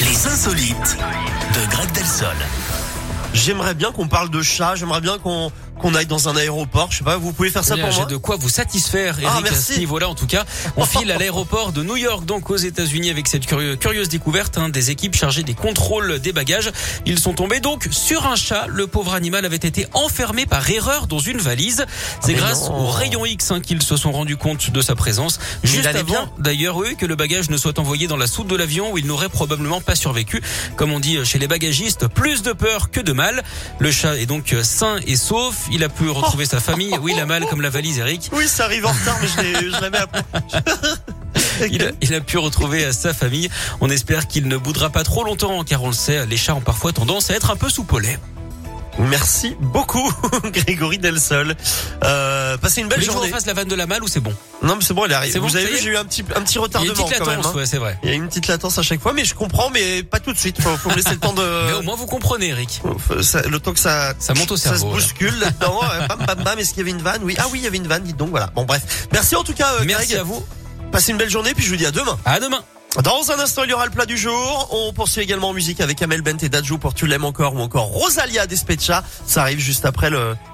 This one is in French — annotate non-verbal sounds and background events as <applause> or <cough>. Les insolites de Greg Delsol. J'aimerais bien qu'on parle de chat, j'aimerais bien qu'on qu'on aille dans un aéroport, je sais pas, vous pouvez faire ça Bien, pour J'ai moi de quoi vous satisfaire, Eric, Ah, à merci. ce niveau-là en tout cas. <laughs> On file à l'aéroport de New York, donc aux États-Unis, avec cette curieux- curieuse découverte hein, des équipes chargées des contrôles des bagages. Ils sont tombés donc sur un chat. Le pauvre animal avait été enfermé par erreur dans une valise. C'est Ah, mais grâce non. au rayon X hein, qu'ils se sont rendus compte de sa présence. Mais Juste il allait avant, bien. d'ailleurs, eux, que le bagage ne soit envoyé dans la soute de l'avion où il n'aurait probablement pas survécu. Comme on dit chez les bagagistes, plus de peur que de mal. Le chat est donc euh, sain et sauf. Il a pu retrouver sa famille. Oui, il a mal comme la valise, Eric. Oui, ça arrive en retard, mais je l'ai- je l'avais appris. <laughs> Il a, il a pu retrouver euh, sa famille. On espère qu'il ne boudra pas trop longtemps, car on le sait, les chats ont parfois tendance à être un peu soupolés. Merci beaucoup, <laughs> Grégory Delsol. Euh, passez une belle Les gens journée. en face la vanne de la malle ou c'est bon Non, mais c'est bon, elle arrive. C'est bon, Vous avez ça y vu, est j'ai eu un petit, un petit Il y a une retardement petite quand même. latence, hein. ouais, c'est vrai. Il y a une petite latence à chaque fois, mais je comprends, mais pas tout de suite. Faut, faut me laisser le temps <laughs> Mais de. au moins vous comprenez, Eric. Faut- ça- le temps que ça, Ça monte au ça se cerveau, là. bouscule là-dedans, euh, bam bam bam, est-ce qu'il y avait une vanne Oui, ah oui, il y avait une vanne, dites donc, voilà. Bon bref, merci en tout cas, euh, Merci Greg. à vous. Passez une belle journée, puis je vous dis à demain. À demain. Dans un instant, il y aura le plat du jour. On poursuit également en musique avec Amel Bent et Dajou pour Tu l'aimes encore ou encore Rosalia Despecha. Ça arrive juste après le